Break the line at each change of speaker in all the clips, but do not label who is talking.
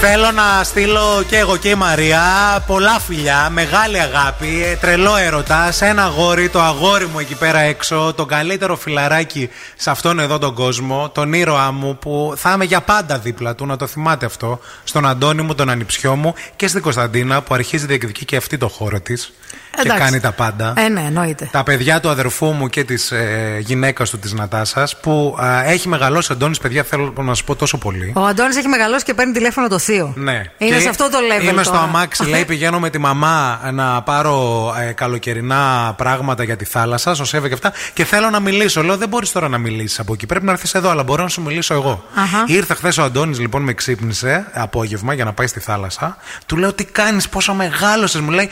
Θέλω να στείλω και εγώ και η Μαρία πολλά φιλιά, μεγάλη αγάπη, ε, τρελό έρωτα σε ένα αγόρι, το αγόρι μου εκεί πέρα έξω, τον καλύτερο φιλαράκι σε αυτόν εδώ τον κόσμο, τον ήρωά μου που θα είμαι για πάντα δίπλα του, να το θυμάται αυτό, στον Αντώνη μου, τον Ανιψιό μου και στην Κωνσταντίνα που αρχίζει διεκδικεί και αυτή το χώρο της. Και
Εντάξει.
κάνει τα πάντα.
Ε, ναι, εννοείται.
Τα παιδιά του αδερφού μου και της ε, γυναίκας του, της Νατάσας, που α, έχει μεγαλώσει ο Αντώνης, παιδιά, θέλω να σου πω τόσο πολύ.
Ο Αντώνης έχει μεγαλώσει και παίρνει τηλέφωνο το θείο.
Ναι.
Είναι
Και
σε αυτό το level.
Είμαι στο
τώρα.
αμάξι, λέει, πηγαίνω με τη μαμά να πάρω ε, καλοκαιρινά πράγματα για τη θάλασσα, σωσέβε και αυτά. Και θέλω να μιλήσω. Λέω, δεν μπορείς τώρα να μιλήσεις από εκεί. Πρέπει να έρθεις εδώ, αλλά μπορώ να σου μιλήσω εγώ.
Αχα.
Ήρθε χθες ο Αντώνης, λοιπόν, με ξύπνησε απόγευμα για να πάει στη θάλασσα. Του λέω, τι κάνεις, πόσο μεγάλωσες. Μου λέει,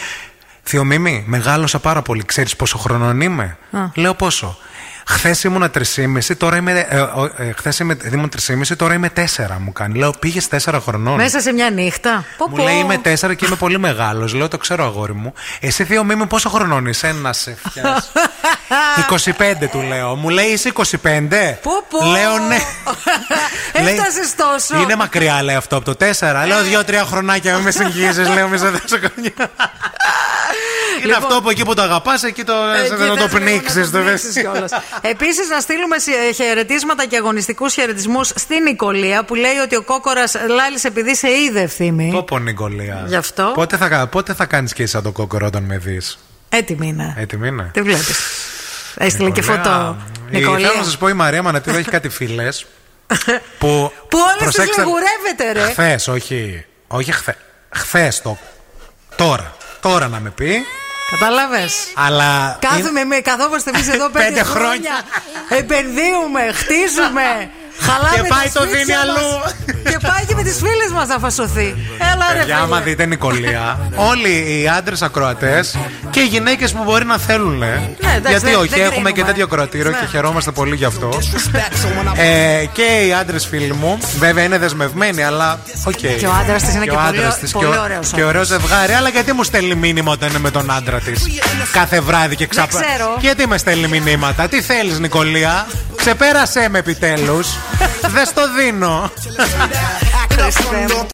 Θεομίμη, μεγάλωσα πάρα πολύ. Ξέρεις πόσο χρονών είμαι. Λέω πόσο. Χθες ήμουνα 3,5, τώρα είμαι. Ε, ο- ε, χθες είμαι- ήμουν 3,5, τώρα είμαι 4 μου κάνει. Λέω, πήγες 4 χρονών.
Μέσα σε μια νύχτα. Πω,
Μου
πω.
λέει είμαι τέσσερα και είμαι πολύ μεγάλος. Λέω το ξέρω, αγόρι μου. Εσύ δύο μήμη πόσο χρονών είσαι, να σε φτιάξει. 25 του λέω. Μου λέει είσαι 25.
Πω, πω.
Λέω ναι. Λέει,
Έφτασες τόσο. Ε.
Είναι μακριά, λέει αυτό από το 4. Λέω δύο-τρία χρονάκια, μην με συγχύσει. Λέω μη σε δώσω καμιά. Είναι
Λοιπόν.
αυτό που εκεί που το αγαπάς, εκεί το,
Εκεί
να το
θες λίγο
πνίξει.
να το πνίξεις κιόλας. Επίσης να στείλουμε συ- χαιρετίσματα και αγωνιστικούς χαιρετισμούς στην Νικολία που λέει ότι ο Κόκορας λάλησε επειδή σε είδε ευθύμη.
Πόπο Νικολία.
Γι' αυτό.
Πότε θα, πότε θα κάνεις και εσύ σαν το κόκορο όταν με δεις.
Έτοιμη είναι.
Έτοιμη είναι.
Τι βλέπεις. Έστειλε και
Νικολέα.
φωτό.
Ε,
Νικολία.
Θέλω να σας πω, η Μαρία Μανατίδου έχει κάτι φίλες. που
Που όλες τις λιγουρεύεται, ρε.
Χθες, όχι. Όχι χθε. Χθες το. Τώρα. Τώρα να με πει.
Καταλάβες.
Αλλά. είναι-
Κάθομαι, εμεί- καθόμαστε εμείς εδώ πέντε,
Πέντε χρόνια.
Επενδύουμε, χτίζουμε. Χαλάμε
Και πάει
τα
το
σπίτια
δίνει
μας.
αλλού.
και πάει και με τις φίλες μας να φασωθεί. Έλα ρε,
Παιδιά, άμα
φίλε.
δείτε Νικολία, όλοι οι άντρες ακροατές και οι γυναίκες που μπορεί να θέλουν.
Ναι, εντάξει,
γιατί
δεν-
όχι,
δεν
έχουμε και
κρίνουμε.
τέτοιο ακροατήριο
Ναι.
και χαιρόμαστε πολύ γι' αυτό. ε, και οι άντρες φίλοι μου, βέβαια είναι δεσμευμένοι, αλλά οκ.
Και ο άντρας της είναι και πολύ
άντρας
ω-
της
πολύ
και ο-
ωραίος
Και ωραίο ζευγάρι, αλλά γιατί μου στέλνει μήνυμα όταν είναι με τον άντρα της κάθε βράδυ και ξαπλά.
ξέρω.
Γιατί με στέλνει μηνύματα, τι θέλεις Νικολία, ξεπέρασέ με επιτέλους. Δεν στο δίνω.
Χριστέ μου.